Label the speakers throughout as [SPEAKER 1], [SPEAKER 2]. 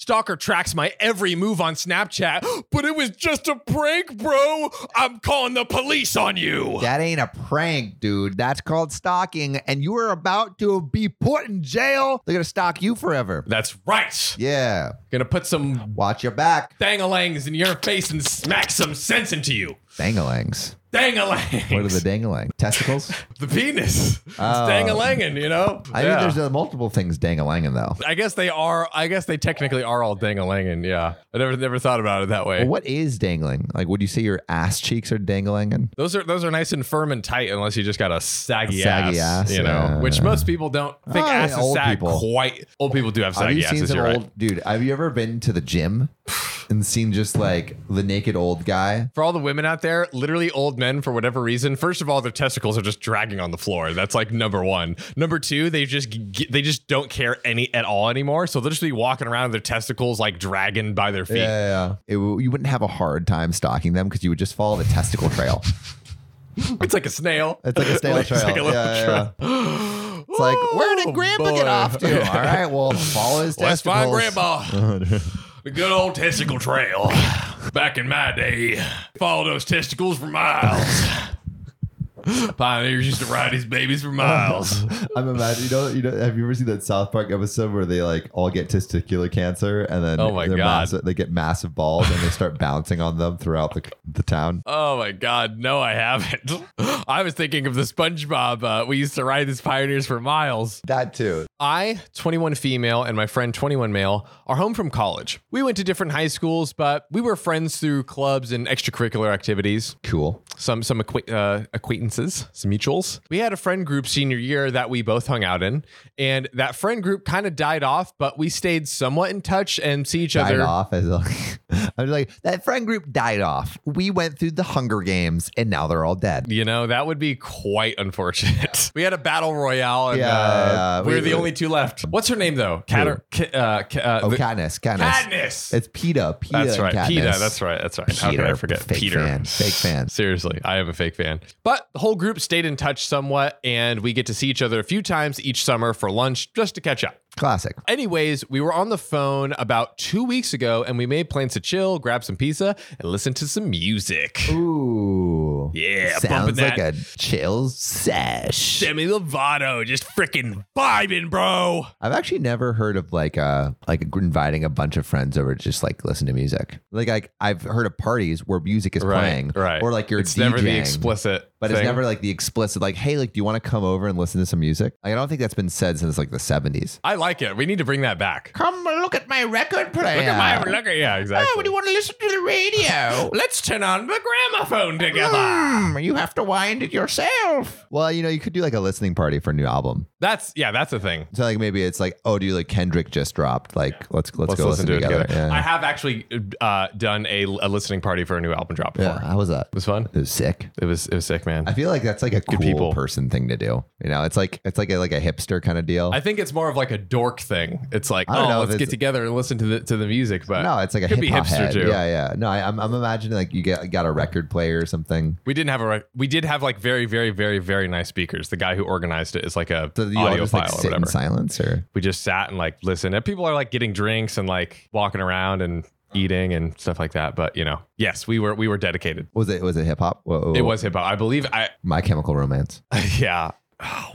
[SPEAKER 1] Stalker tracks my every move on Snapchat, but it was just a prank, bro. I'm calling the police on you.
[SPEAKER 2] That ain't a prank, dude. That's called stalking, and you are about to be put in jail. They're gonna stalk you forever.
[SPEAKER 1] That's right.
[SPEAKER 2] Yeah.
[SPEAKER 1] Gonna put some
[SPEAKER 2] Watch your back.
[SPEAKER 1] dangalangs in your face and smack some sense into you.
[SPEAKER 2] Dangalangs.
[SPEAKER 1] Dangalangs.
[SPEAKER 2] What are the dangalang? Testicles?
[SPEAKER 1] the penis? It's dangalanging, you know.
[SPEAKER 2] I
[SPEAKER 1] Yeah.
[SPEAKER 2] think there's uh, multiple things dangalanging though.
[SPEAKER 1] I guess they are. I guess they technically are all dangalanging. Yeah, I never never thought about it that way.
[SPEAKER 2] Well, what is dangling? Like, would you say your ass cheeks are dangalanging?
[SPEAKER 1] Those are those are nice and firm and tight, unless you just got a saggy,
[SPEAKER 2] Saggy
[SPEAKER 1] ass,
[SPEAKER 2] ass,
[SPEAKER 1] you know,
[SPEAKER 2] yeah.
[SPEAKER 1] which most people don't think
[SPEAKER 2] Ah,
[SPEAKER 1] ass
[SPEAKER 2] yeah,
[SPEAKER 1] is
[SPEAKER 2] old
[SPEAKER 1] sag
[SPEAKER 2] people.
[SPEAKER 1] quite. Old people do have
[SPEAKER 2] Have
[SPEAKER 1] saggy
[SPEAKER 2] you seen
[SPEAKER 1] asses.
[SPEAKER 2] some
[SPEAKER 1] You're right.
[SPEAKER 2] old dude? Have you ever been to the gym and seen just like the naked old guy?
[SPEAKER 1] For all the women out there, literally old men for whatever reason. First of all, their testicles are just dragging on the floor. That's like number one. Number two, they just g- they just don't care any at all anymore. So they'll just be walking around with their testicles like dragging by their feet.
[SPEAKER 2] yeah. It, w- you wouldn't have a hard time stalking them because you would just follow the testicle trail.
[SPEAKER 1] It's like a snail.
[SPEAKER 2] It's like a snail
[SPEAKER 1] It's like a
[SPEAKER 2] trail.
[SPEAKER 1] little
[SPEAKER 2] Yeah, yeah,
[SPEAKER 1] trail.
[SPEAKER 2] It's like,
[SPEAKER 1] Oh,
[SPEAKER 2] where did Grandpa get off to? All right, well, follow his
[SPEAKER 1] Let's
[SPEAKER 2] testicles.
[SPEAKER 1] find Grandpa. the good old testicle trail. Back in my day, followed those testicles for miles. Pioneers used to ride his babies for miles.
[SPEAKER 2] I'm imagining. You know, you know. Have you ever seen that South Park episode where they like all get testicular cancer and then
[SPEAKER 1] Oh my
[SPEAKER 2] they're
[SPEAKER 1] God.
[SPEAKER 2] massive- they get massive balls and they start bouncing on them throughout the the town.
[SPEAKER 1] Oh my God, no, I haven't. I was thinking of the SpongeBob. Uh, we used to ride his Pioneers for miles.
[SPEAKER 2] That too.
[SPEAKER 1] I, 21 female, and my friend, 21 male, are home from college. We went to different high schools, but we were friends through clubs and extracurricular activities.
[SPEAKER 2] Cool.
[SPEAKER 1] Some some acqui- uh, acquaintances, some mutuals. We had a friend group senior year that we both hung out in, and that friend group kind of died off, but we stayed somewhat in touch and see each
[SPEAKER 2] Died
[SPEAKER 1] other.
[SPEAKER 2] off as a, I was like that friend group died off. We went through the Hunger Games and now they're all dead.
[SPEAKER 1] You know, that would be quite unfortunate. we had a battle royale, and
[SPEAKER 2] Yeah,
[SPEAKER 1] uh,
[SPEAKER 2] yeah,
[SPEAKER 1] we were
[SPEAKER 2] we-
[SPEAKER 1] the only two left. What's her name, though? Catter, Ca- uh, Ca- uh,
[SPEAKER 2] Oh,
[SPEAKER 1] the-
[SPEAKER 2] Katniss, Katniss.
[SPEAKER 1] Katniss.
[SPEAKER 2] It's Peta. Peta
[SPEAKER 1] That's
[SPEAKER 2] and
[SPEAKER 1] right.
[SPEAKER 2] Katniss.
[SPEAKER 1] PETA. That's right. That's right. How could I
[SPEAKER 2] Peter,
[SPEAKER 1] forget?
[SPEAKER 2] fake
[SPEAKER 1] Peter.
[SPEAKER 2] fan, fake fan.
[SPEAKER 1] Seriously, I am a fake fan. But the whole group stayed in touch somewhat, and we get to see each other a few times each summer for lunch just to catch up.
[SPEAKER 2] Classic.
[SPEAKER 1] Anyways, we were on the phone about two weeks ago, and we made plans to chill, grab some pizza, and listen to some music.
[SPEAKER 2] Ooh.
[SPEAKER 1] Yeah, bumping
[SPEAKER 2] Sounds like
[SPEAKER 1] that.
[SPEAKER 2] a chill sesh.
[SPEAKER 1] Demi Lovato just freaking vibing, bro.
[SPEAKER 2] I've actually never heard of like uh like inviting a bunch of friends over to just like listen to music. Like like I've heard of parties where music is playing,
[SPEAKER 1] right.
[SPEAKER 2] Or like you're
[SPEAKER 1] it's never the
[SPEAKER 2] DJing,
[SPEAKER 1] explicit,
[SPEAKER 2] but it's
[SPEAKER 1] thing.
[SPEAKER 2] never like the explicit. Like hey, like do you want to come over and listen to some music? Like, I don't think that's been said since like the seventies.
[SPEAKER 1] I like it. We need to bring that back.
[SPEAKER 2] Come look at my record player. Oh,
[SPEAKER 1] Look at my look at yeah, exactly.
[SPEAKER 2] want to listen to the radio? Hmm,
[SPEAKER 1] Let's turn on the gramophone
[SPEAKER 2] you have to wind it yourself. Well, you know, you could do like a listening party for a new album.
[SPEAKER 1] That's yeah, that's a thing.
[SPEAKER 2] So like maybe it's like, oh, dude, like Kendrick just dropped. Like let's let's,
[SPEAKER 1] Let's
[SPEAKER 2] go
[SPEAKER 1] listen to it together.
[SPEAKER 2] Yeah.
[SPEAKER 1] I have actually uh, done a, a listening party for a new album drop before.
[SPEAKER 2] yeah, how was that?
[SPEAKER 1] It was fun.
[SPEAKER 2] It was sick.
[SPEAKER 1] It was it was sick, man.
[SPEAKER 2] I feel like that's like a cool
[SPEAKER 1] people.
[SPEAKER 2] person thing to do. You know, it's like it's like a like a hipster kind of deal.
[SPEAKER 1] I think it's more of like a dork thing. It's like,
[SPEAKER 2] I don't know
[SPEAKER 1] oh,
[SPEAKER 2] if
[SPEAKER 1] let's
[SPEAKER 2] it's-
[SPEAKER 1] get together and listen to the to the music. But
[SPEAKER 2] no, it's like a
[SPEAKER 1] could
[SPEAKER 2] hip
[SPEAKER 1] be
[SPEAKER 2] hop
[SPEAKER 1] hipster
[SPEAKER 2] head.
[SPEAKER 1] too.
[SPEAKER 2] Yeah, yeah. No, I, I'm I'm imagining like you get got a record player or something.
[SPEAKER 1] We didn't have a rec- we did have like very very very very nice speakers. The guy who organized it is like a
[SPEAKER 2] So you all
[SPEAKER 1] audiophile
[SPEAKER 2] just like
[SPEAKER 1] or
[SPEAKER 2] sit in
[SPEAKER 1] whatever.
[SPEAKER 2] silence or
[SPEAKER 1] We just sat and like listened. And people are like getting drinks and like walking around and eating and stuff like that. But you know, yes, we were we were dedicated.
[SPEAKER 2] was it was it hip hop? Whoa,
[SPEAKER 1] It was hip hop. I believe I
[SPEAKER 2] My Chemical Romance.
[SPEAKER 1] yeah.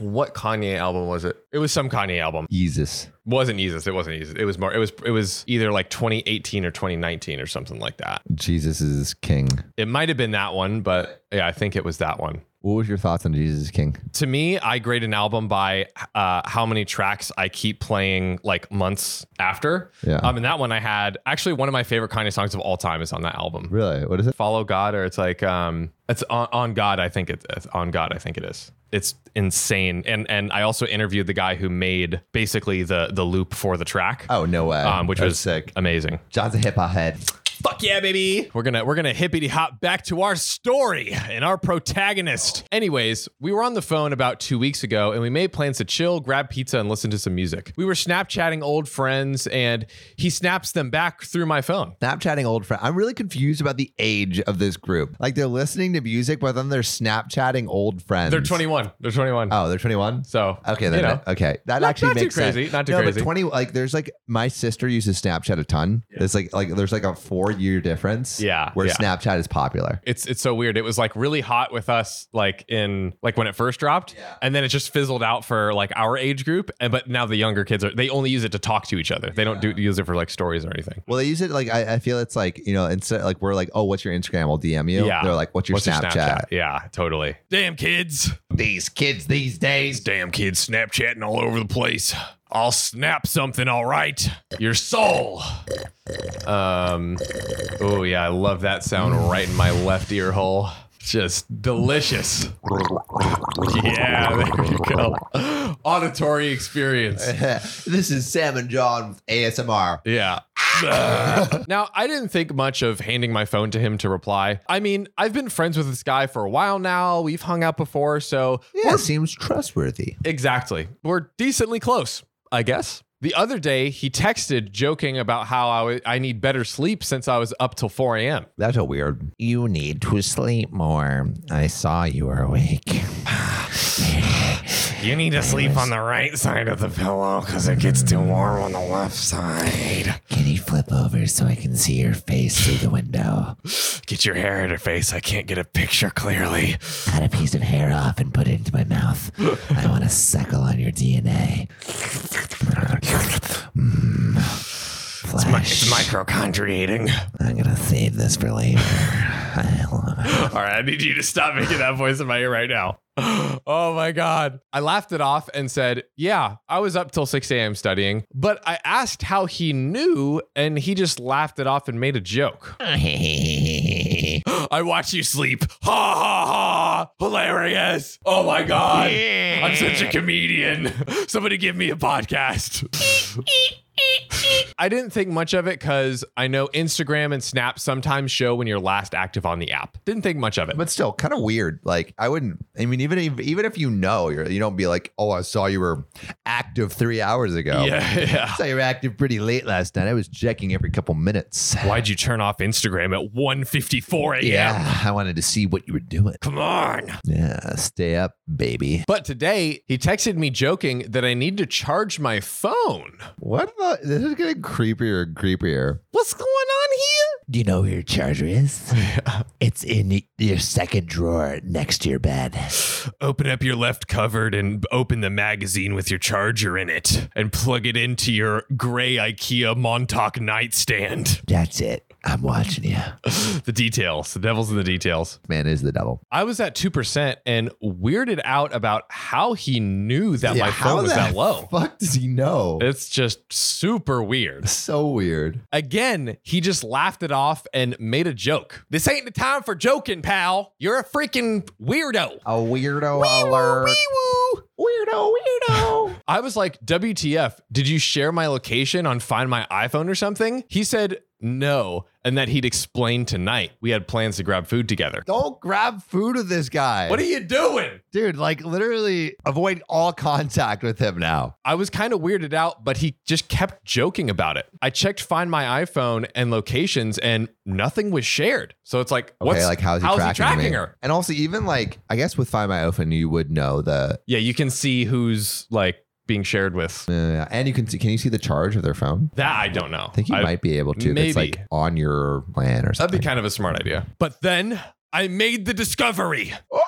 [SPEAKER 1] What Kanye album was it? It was some Kanye album.
[SPEAKER 2] Jesus.
[SPEAKER 1] wasn't Jesus. It wasn't Jesus. It was more. It was. It was either like 2018 or 2019 or something like that.
[SPEAKER 2] Jesus is king.
[SPEAKER 1] It might have been that one, but yeah, I think it was that one.
[SPEAKER 2] What was your thoughts on Jesus is king?
[SPEAKER 1] To me, I grade an album by uh, how many tracks I keep playing like months after.
[SPEAKER 2] Yeah.
[SPEAKER 1] Um, and that one I had actually one of my favorite Kanye songs of all time is on that album.
[SPEAKER 2] Really? What is it?
[SPEAKER 1] Follow God, or it's like um, it's on, on God. I think it- it's on God. I think it is. It's insane. And and I also interviewed the guy who made basically the the loop for the track,
[SPEAKER 2] Oh no way.
[SPEAKER 1] um, which
[SPEAKER 2] That's
[SPEAKER 1] was
[SPEAKER 2] sick.
[SPEAKER 1] amazing.
[SPEAKER 2] John's a hip hop head.
[SPEAKER 1] Fuck yeah, baby. We're gonna we're gonna hippity hop back to our story and our protagonist. Anyways, we were on the phone about two weeks ago and we made plans to chill, grab pizza, and listen to some music. We were Snapchatting old friends and he snaps them back through my phone.
[SPEAKER 2] Snapchatting old friends. I'm really confused about the age of this group. Like they're listening to music, but then they're Snapchatting old friends.
[SPEAKER 1] They're 21. They're 21.
[SPEAKER 2] Oh, they're 21.
[SPEAKER 1] so
[SPEAKER 2] Okay,
[SPEAKER 1] you
[SPEAKER 2] then uh,
[SPEAKER 1] know.
[SPEAKER 2] okay, that
[SPEAKER 1] Not-
[SPEAKER 2] actually
[SPEAKER 1] not too
[SPEAKER 2] makes sense.
[SPEAKER 1] crazy, not too
[SPEAKER 2] no,
[SPEAKER 1] crazy.
[SPEAKER 2] but twenty like there's like my sister uses Snapchat a ton. There's like like there's like a four year difference.
[SPEAKER 1] Yeah,
[SPEAKER 2] where
[SPEAKER 1] yeah.
[SPEAKER 2] Snapchat is popular.
[SPEAKER 1] It's it's so weird. It was like really hot with us like in like when it first dropped and then it just fizzled out for like our age group and but now the younger kids are they only use it to talk to each other. They don't do use it for like stories or anything.
[SPEAKER 2] Well, they use it like I, I feel it's like you know instead like we're like oh what's your Instagram we'll DM you.
[SPEAKER 1] Yeah.
[SPEAKER 2] They're like what's your,
[SPEAKER 1] What's your
[SPEAKER 2] Snapchat?
[SPEAKER 1] Yeah, totally. Damn kids.
[SPEAKER 2] These kids these days.
[SPEAKER 1] Damn kids Snapchatting all over the place. I'll snap something, all right. Your soul. Um Oh yeah, I love that sound right in my left ear hole. Just delicious. Yeah, there you go. Auditory experience.
[SPEAKER 2] this is Sam and John with ASMR.
[SPEAKER 1] Yeah. now, I didn't think much of handing my phone to him to reply. I mean, I've been friends with this guy for a while now. We've hung out before, so
[SPEAKER 2] Yeah, seems trustworthy.
[SPEAKER 1] Exactly. We're decently close, I guess. The other day, he texted joking about how I w- I need better sleep since I was up till 4 a.m.
[SPEAKER 2] That's a weird.
[SPEAKER 3] You need to sleep more. I saw you were awake.
[SPEAKER 1] You need to sleep on the right side of the pillow because it gets too warm on the left side.
[SPEAKER 3] Can you flip over so I can see your face through the window?
[SPEAKER 1] Get your hair in your face. I can't get a picture clearly.
[SPEAKER 3] Cut a piece of hair off and put it into my mouth. I want to suckle on your DNA. Mm. Flash.
[SPEAKER 1] microchondriating.
[SPEAKER 3] I'm gonna save this for later. I love it.
[SPEAKER 1] All right, I need you to stop making that voice in my ear right now. Oh my God. I laughed it off and said, Yeah, I was up till 6 a.m. studying. But I asked how he knew, and he just laughed it off and made a joke. I watch you sleep. Ha ha ha. Hilarious. Oh my God. I'm such a comedian. Somebody give me a podcast. I didn't think much of it because I know Instagram and Snap sometimes show when you're last active on the app. Didn't think much of it.
[SPEAKER 2] But still, kind of weird. Like I wouldn't. I mean, even if, even if you know, you're, you don't be like, "Oh, I saw you were active three hours ago."
[SPEAKER 1] yeah, yeah.
[SPEAKER 2] I saw you were active pretty late last night. I was checking every couple minutes.
[SPEAKER 1] Why'd you turn off Instagram at 1:54 a.m.?
[SPEAKER 2] I wanted to see what you were doing.
[SPEAKER 1] Come on.
[SPEAKER 2] Yeah, stay up, baby.
[SPEAKER 1] But today he texted me joking that I need to charge my phone.
[SPEAKER 2] What the? This is getting creepier and creepier.
[SPEAKER 1] What's going on here?
[SPEAKER 3] Do you know where your charger is? It's in your second drawer next to your bed.
[SPEAKER 1] Open up your left cupboard and open the magazine with your charger in it and plug it into your gray IKEA Montauk nightstand.
[SPEAKER 3] That's it. I'm watching you.
[SPEAKER 1] the details, the devil's in the details.
[SPEAKER 2] Man is the devil.
[SPEAKER 1] I was at 2% and weirded out about how he knew that my
[SPEAKER 2] how
[SPEAKER 1] phone was
[SPEAKER 2] the
[SPEAKER 1] that low.
[SPEAKER 2] Fuck does he know?
[SPEAKER 1] It's just super weird.
[SPEAKER 2] so weird.
[SPEAKER 1] Again, he just laughed it off and made a joke. This ain't the time for joking, pal. You're a freaking weirdo.
[SPEAKER 2] A weirdo alert.
[SPEAKER 1] Wee-woo.
[SPEAKER 2] Weirdo, weirdo.
[SPEAKER 1] I was like, WTF, did you share my location on Find My iPhone or something? He said no, and that he'd explain tonight. We had plans to grab food together.
[SPEAKER 2] Don't grab food with this guy.
[SPEAKER 1] What are you doing?
[SPEAKER 2] Dude, like literally avoid all contact with him now.
[SPEAKER 1] I was kind of weirded out, but he just kept joking about it. I checked Find My iPhone and locations, and nothing was shared. So it's like,
[SPEAKER 2] Okay,
[SPEAKER 1] what's
[SPEAKER 2] like how's he tracking, me?
[SPEAKER 1] her?
[SPEAKER 2] And also, even like I guess with Find My Open, you would know the
[SPEAKER 1] Yeah, you can see who's like being shared with.
[SPEAKER 2] uh, and you can see, can you see the charge of their phone?
[SPEAKER 1] That I don't know.
[SPEAKER 2] I think you might be able to. if It's
[SPEAKER 1] maybe.
[SPEAKER 2] like on your plan or
[SPEAKER 1] That'd
[SPEAKER 2] something.
[SPEAKER 1] be kind of a smart idea. But then I made the discovery. oh!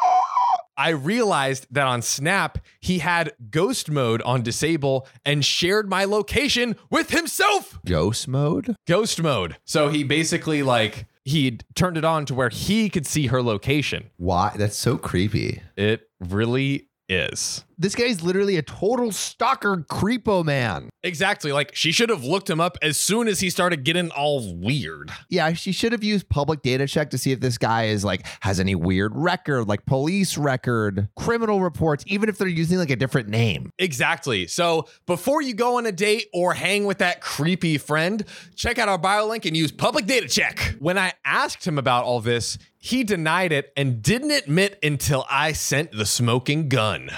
[SPEAKER 1] I realized that on Snap, he had ghost mode on disable and shared my location with himself.
[SPEAKER 2] Ghost mode.
[SPEAKER 1] Ghost mode. So he basically like he turned it on to where he could see her location.
[SPEAKER 2] Why? That's so creepy.
[SPEAKER 1] It really is.
[SPEAKER 2] This guy's literally a total stalker creepo man.
[SPEAKER 1] Exactly. Like she should have looked him up as soon as he started getting all weird.
[SPEAKER 2] Yeah, she should have used public data check to see if this guy is like has any weird record, like police record, criminal reports, even if they're using like a different name.
[SPEAKER 1] Exactly. So before you go on a date or hang with that creepy friend, check out our bio link and use public data check. When I asked him about all this, he denied it and didn't admit until I sent the smoking gun.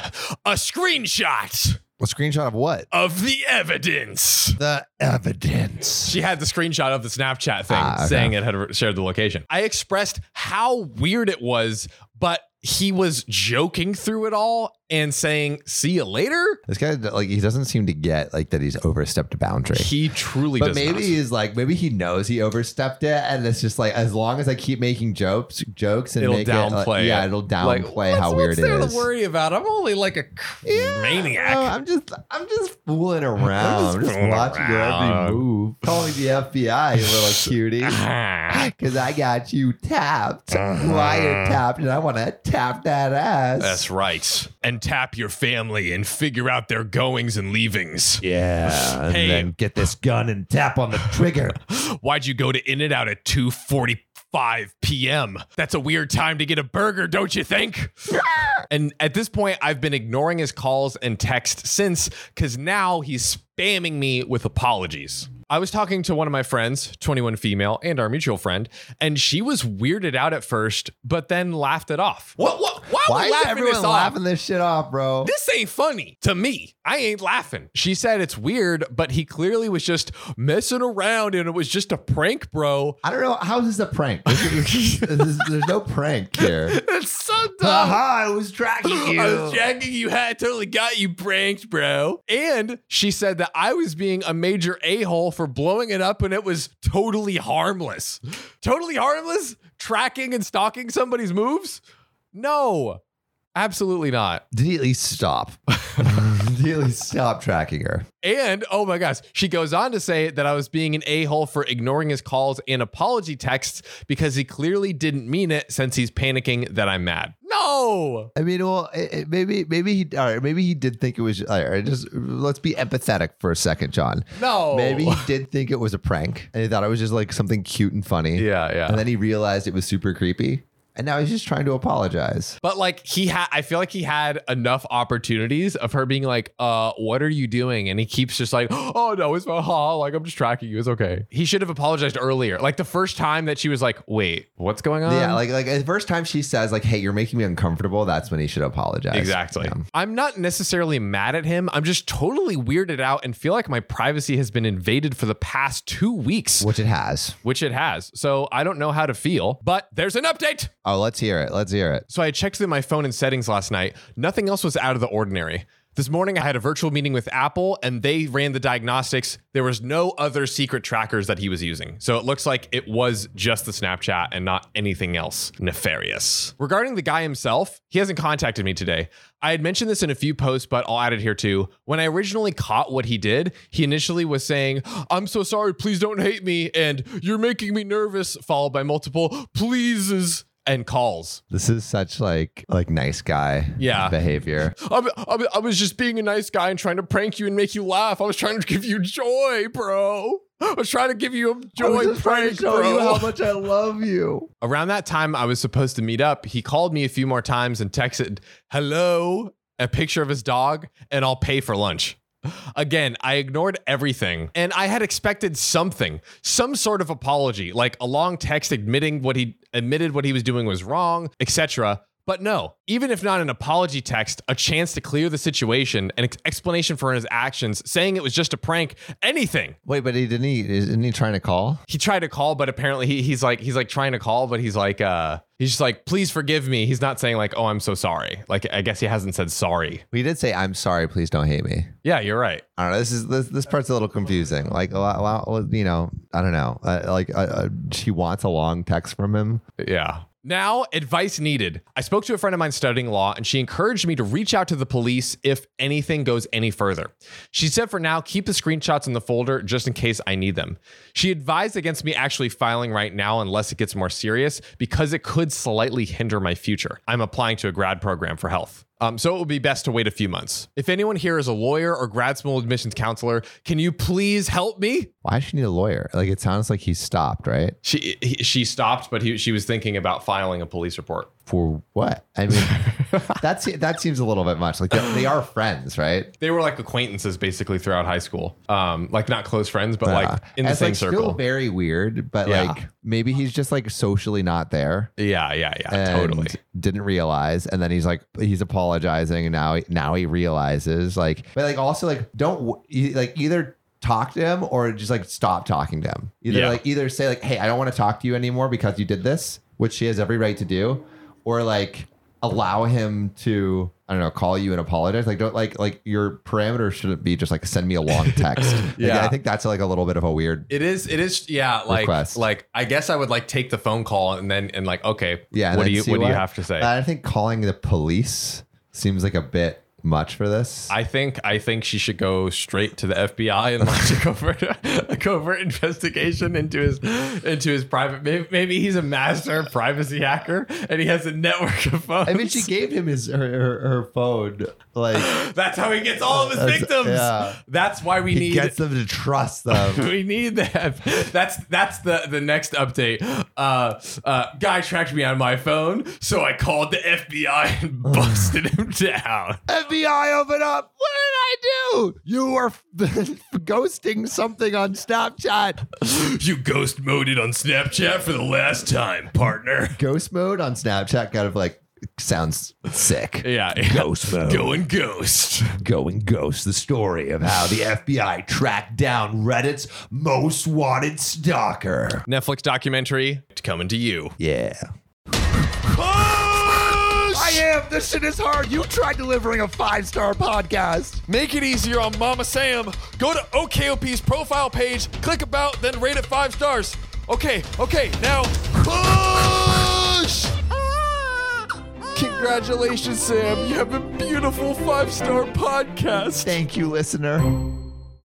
[SPEAKER 1] A screenshot
[SPEAKER 2] A screenshot of what?
[SPEAKER 1] of the evidence.
[SPEAKER 2] The evidence.
[SPEAKER 1] She had the screenshot of the Snapchat thing
[SPEAKER 2] Ah, okay.
[SPEAKER 1] saying it had shared the location. I expressed how weird it was, but he was joking through it all and saying, see you later.
[SPEAKER 2] This guy like he doesn't seem to get like that he's overstepped a boundary.
[SPEAKER 1] He truly
[SPEAKER 2] But
[SPEAKER 1] does
[SPEAKER 2] maybe
[SPEAKER 1] not.
[SPEAKER 2] he's like maybe he knows he overstepped it, and it's just like as long as I keep making jokes, jokes and
[SPEAKER 1] It'll
[SPEAKER 2] make it,
[SPEAKER 1] downplay
[SPEAKER 2] like, yeah,
[SPEAKER 1] it.
[SPEAKER 2] it'll
[SPEAKER 1] Like,
[SPEAKER 2] downplay
[SPEAKER 1] what's-
[SPEAKER 2] how weird
[SPEAKER 1] what's
[SPEAKER 2] it
[SPEAKER 1] there
[SPEAKER 2] is.
[SPEAKER 1] to worry about? I'm only like a cr-
[SPEAKER 2] Yeah, uh,
[SPEAKER 1] maniac.
[SPEAKER 2] no, I'm just I'm just fooling around, I'm just,
[SPEAKER 1] fooling
[SPEAKER 2] watching your
[SPEAKER 1] around.
[SPEAKER 2] every move, calling the FBI, you little cutie.
[SPEAKER 1] Ah,
[SPEAKER 2] Cause I got you tapped, wiretapped, and I want to tap that ass.
[SPEAKER 1] Uh-huh. That's right. And tap your family and figure out their goings and leavings.
[SPEAKER 3] Yeah. And
[SPEAKER 1] Hey.
[SPEAKER 3] then get this gun and tap on the trigger.
[SPEAKER 1] Why'd you go to In and Out at 2:45 p.m.? That's a weird time to get a burger, don't you think? and at this point, I've been ignoring his calls and texts since cuz now he's spamming me with apologies. I was talking to one of my friends, 21 female, and our mutual friend, and she was weirded out at first, but then laughed it off. What? What? Why, are we
[SPEAKER 2] Why is
[SPEAKER 1] laughing
[SPEAKER 2] everyone
[SPEAKER 1] this off?
[SPEAKER 2] laughing this shit off, bro?
[SPEAKER 1] this ain't funny to me. I ain't laughing. She said it's weird, but he clearly was just messing around and it was just a prank, bro.
[SPEAKER 2] I don't know. How is this a prank? This is- this is- there's no prank here.
[SPEAKER 1] That's so
[SPEAKER 2] Aha, I was tracking
[SPEAKER 1] I was jacking you hat. I totally got you pranked, bro. And she said that I was being a major a hole for blowing it up and it was totally harmless. Totally harmless? Tracking and stalking somebody's moves? No, absolutely not.
[SPEAKER 2] Did he at least stop? Did he at least stop tracking her?
[SPEAKER 1] And oh my gosh, she goes on to say that I was being an a hole for ignoring his calls and apology texts because he clearly didn't mean it since he's panicking that I'm mad. No,
[SPEAKER 2] I mean, well, it, it- maybe, maybe he, all right, maybe he did think it was. All right, just let's be empathetic for a second, John.
[SPEAKER 1] no.
[SPEAKER 2] Maybe he did think it was a prank, and he thought it was just like something cute and funny.
[SPEAKER 1] Yeah, yeah.
[SPEAKER 2] And then he realized it was super creepy, and now he's just trying to apologize.
[SPEAKER 1] But like he had, I feel like he had enough opportunities of her being like, "Uh, what are you doing?" And he keeps just like, "Oh no, it's my ha. Like I'm just tracking you. It's okay." He should have apologized earlier. Like the first time that she was like, "Wait, what's going on?"
[SPEAKER 2] yeah, like like the first time she says like, "Hey, you're making me uncomfortable," that's when he should apologize.
[SPEAKER 1] Exactly.
[SPEAKER 2] Yeah.
[SPEAKER 1] I'm not necessarily mad at him. I'm just totally weirded out and feel like my privacy has been invaded for the past two weeks,
[SPEAKER 2] Which it has.
[SPEAKER 1] which it has. So I don't know how to feel, but there's an update.
[SPEAKER 2] Oh, let's hear it. Let's hear it.
[SPEAKER 1] So I checked through my phone and settings last night. Nothing else was out of the ordinary. This morning, I had a virtual meeting with Apple and they ran the diagnostics. There was no other secret trackers that he was using. So it looks like it was just the Snapchat and not anything else nefarious. Regarding the guy himself, he hasn't contacted me today. I had mentioned this in a few posts, but I'll add it here too. When I originally caught what he did, he initially was saying, I'm so sorry, please don't hate me, and you're making me nervous, followed by multiple pleases and calls.
[SPEAKER 2] This is such like like nice guy
[SPEAKER 1] Yeah.
[SPEAKER 2] behavior.
[SPEAKER 1] I, I, I was just being a nice guy and trying to prank you and make you laugh. I was trying to give you joy, bro. I was trying to give you a joy prank, bro.
[SPEAKER 2] much I love you.
[SPEAKER 1] Around that time, I was supposed to meet up. He called me a few more times and texted, "Hello," a picture of his dog, and I'll pay for lunch. Again, I ignored everything, and I had expected something, some sort of apology, like a long text admitting what he admitted what he was doing was wrong, etc. But no, even if not an apology text, a chance to clear the situation, an ex- explanation for his actions, saying it was just a prank, anything.
[SPEAKER 2] Wait, but he didn't he isn't he trying to call?
[SPEAKER 1] he tried to call, but apparently he, he's like he's like trying to call, but he's like uh he's just like please forgive me. He's not saying like oh I'm so sorry. Like I guess he hasn't said sorry.
[SPEAKER 2] He did say, I'm sorry, please don't hate me.
[SPEAKER 1] Yeah, you're right.
[SPEAKER 2] I don't know. This is this this part's a little confusing. Like a lot, a lot- you know, I don't know. Uh, like uh, uh, she wants a long text from him.
[SPEAKER 1] Yeah. Now, advice needed. I spoke to a friend of mine studying law, and she encouraged me to reach out to the police if anything goes any further. She said for now, keep the screenshots in the folder just in case I need them. She advised against me actually filing right now unless it gets more serious because it could slightly hinder my future. I'm applying to a grad program for health. Um, so it would be best to wait a few months. If anyone here is a lawyer or grad school admissions counselor, can you please help me?
[SPEAKER 2] Why does she need a lawyer? Like it sounds like he stopped, right?
[SPEAKER 1] She he, she stopped, but he, she was thinking about filing a police report.
[SPEAKER 2] For what? I mean, that's that seems a little bit much. Like they, they are friends, right?
[SPEAKER 1] They were like acquaintances basically throughout high school. Um, like not close friends, but like in the
[SPEAKER 2] It's,
[SPEAKER 1] same
[SPEAKER 2] Uh, like, Still
[SPEAKER 1] circle.
[SPEAKER 2] very weird, but
[SPEAKER 1] Yeah.
[SPEAKER 2] like maybe he's just like socially not there.
[SPEAKER 1] yeah, yeah, yeah,
[SPEAKER 2] and
[SPEAKER 1] totally.
[SPEAKER 2] didn't realize and then he's like he's apologizing and now now he realizes like but like also like don't w- e- like either talk to him or just like stop talking to him either
[SPEAKER 1] Yeah.
[SPEAKER 2] like either say like hey i don't want to talk to you anymore because you did this which she has every right to do or like allow him to i don't know call you and apologize like don't like like your parameters shouldn't be just like send me a long text Like,
[SPEAKER 1] Yeah.
[SPEAKER 2] i think that's like a little bit of a weird
[SPEAKER 1] It is. It is. Yeah. Like.
[SPEAKER 2] Request.
[SPEAKER 1] Like. I guess I would like take the phone call and then and like. Okay.
[SPEAKER 2] Yeah, and
[SPEAKER 1] What do
[SPEAKER 2] then
[SPEAKER 1] you
[SPEAKER 2] see
[SPEAKER 1] What do you
[SPEAKER 2] what-
[SPEAKER 1] have to say?
[SPEAKER 2] i think calling the police seems like a bit much for this
[SPEAKER 1] I think. I think she should go straight to the FBI and launch a covert, a covert investigation into his into his private. Maybe, maybe he's a master privacy hacker and he has a network of phones.
[SPEAKER 2] I mean, she gave him his her, her, her phone. Like
[SPEAKER 1] That's how he gets all of his
[SPEAKER 2] That's-
[SPEAKER 1] victims.
[SPEAKER 2] yeah.
[SPEAKER 1] That's why we
[SPEAKER 2] he
[SPEAKER 1] need.
[SPEAKER 2] gets them to trust them.
[SPEAKER 1] we need that. That's that's the the next update. Uh, uh, guy tracked me on my phone, so I called the FBI and busted him down.
[SPEAKER 2] FBI, open up! What did I do? You were ghosting something on Snapchat.
[SPEAKER 1] You ghost moded on Snapchat for the last time, partner.
[SPEAKER 2] Ghost mode on Snapchat kind of like sounds sick.
[SPEAKER 1] Yeah,
[SPEAKER 3] Ghost mode.
[SPEAKER 1] going ghost.
[SPEAKER 3] Going Ghost, the story of how the FBI tracked down Reddit's most wanted stalker.
[SPEAKER 1] Netflix documentary coming to you.
[SPEAKER 3] Yeah.
[SPEAKER 1] I
[SPEAKER 3] am. This shit is hard. You tried delivering a five star podcast.
[SPEAKER 1] Make it easier on Mama Sam. Go to OKOP's profile page, click about, then rate it five stars. Okay, okay, now push! Congratulations, Sam. You have a beautiful five star podcast.
[SPEAKER 2] Thank you, listener.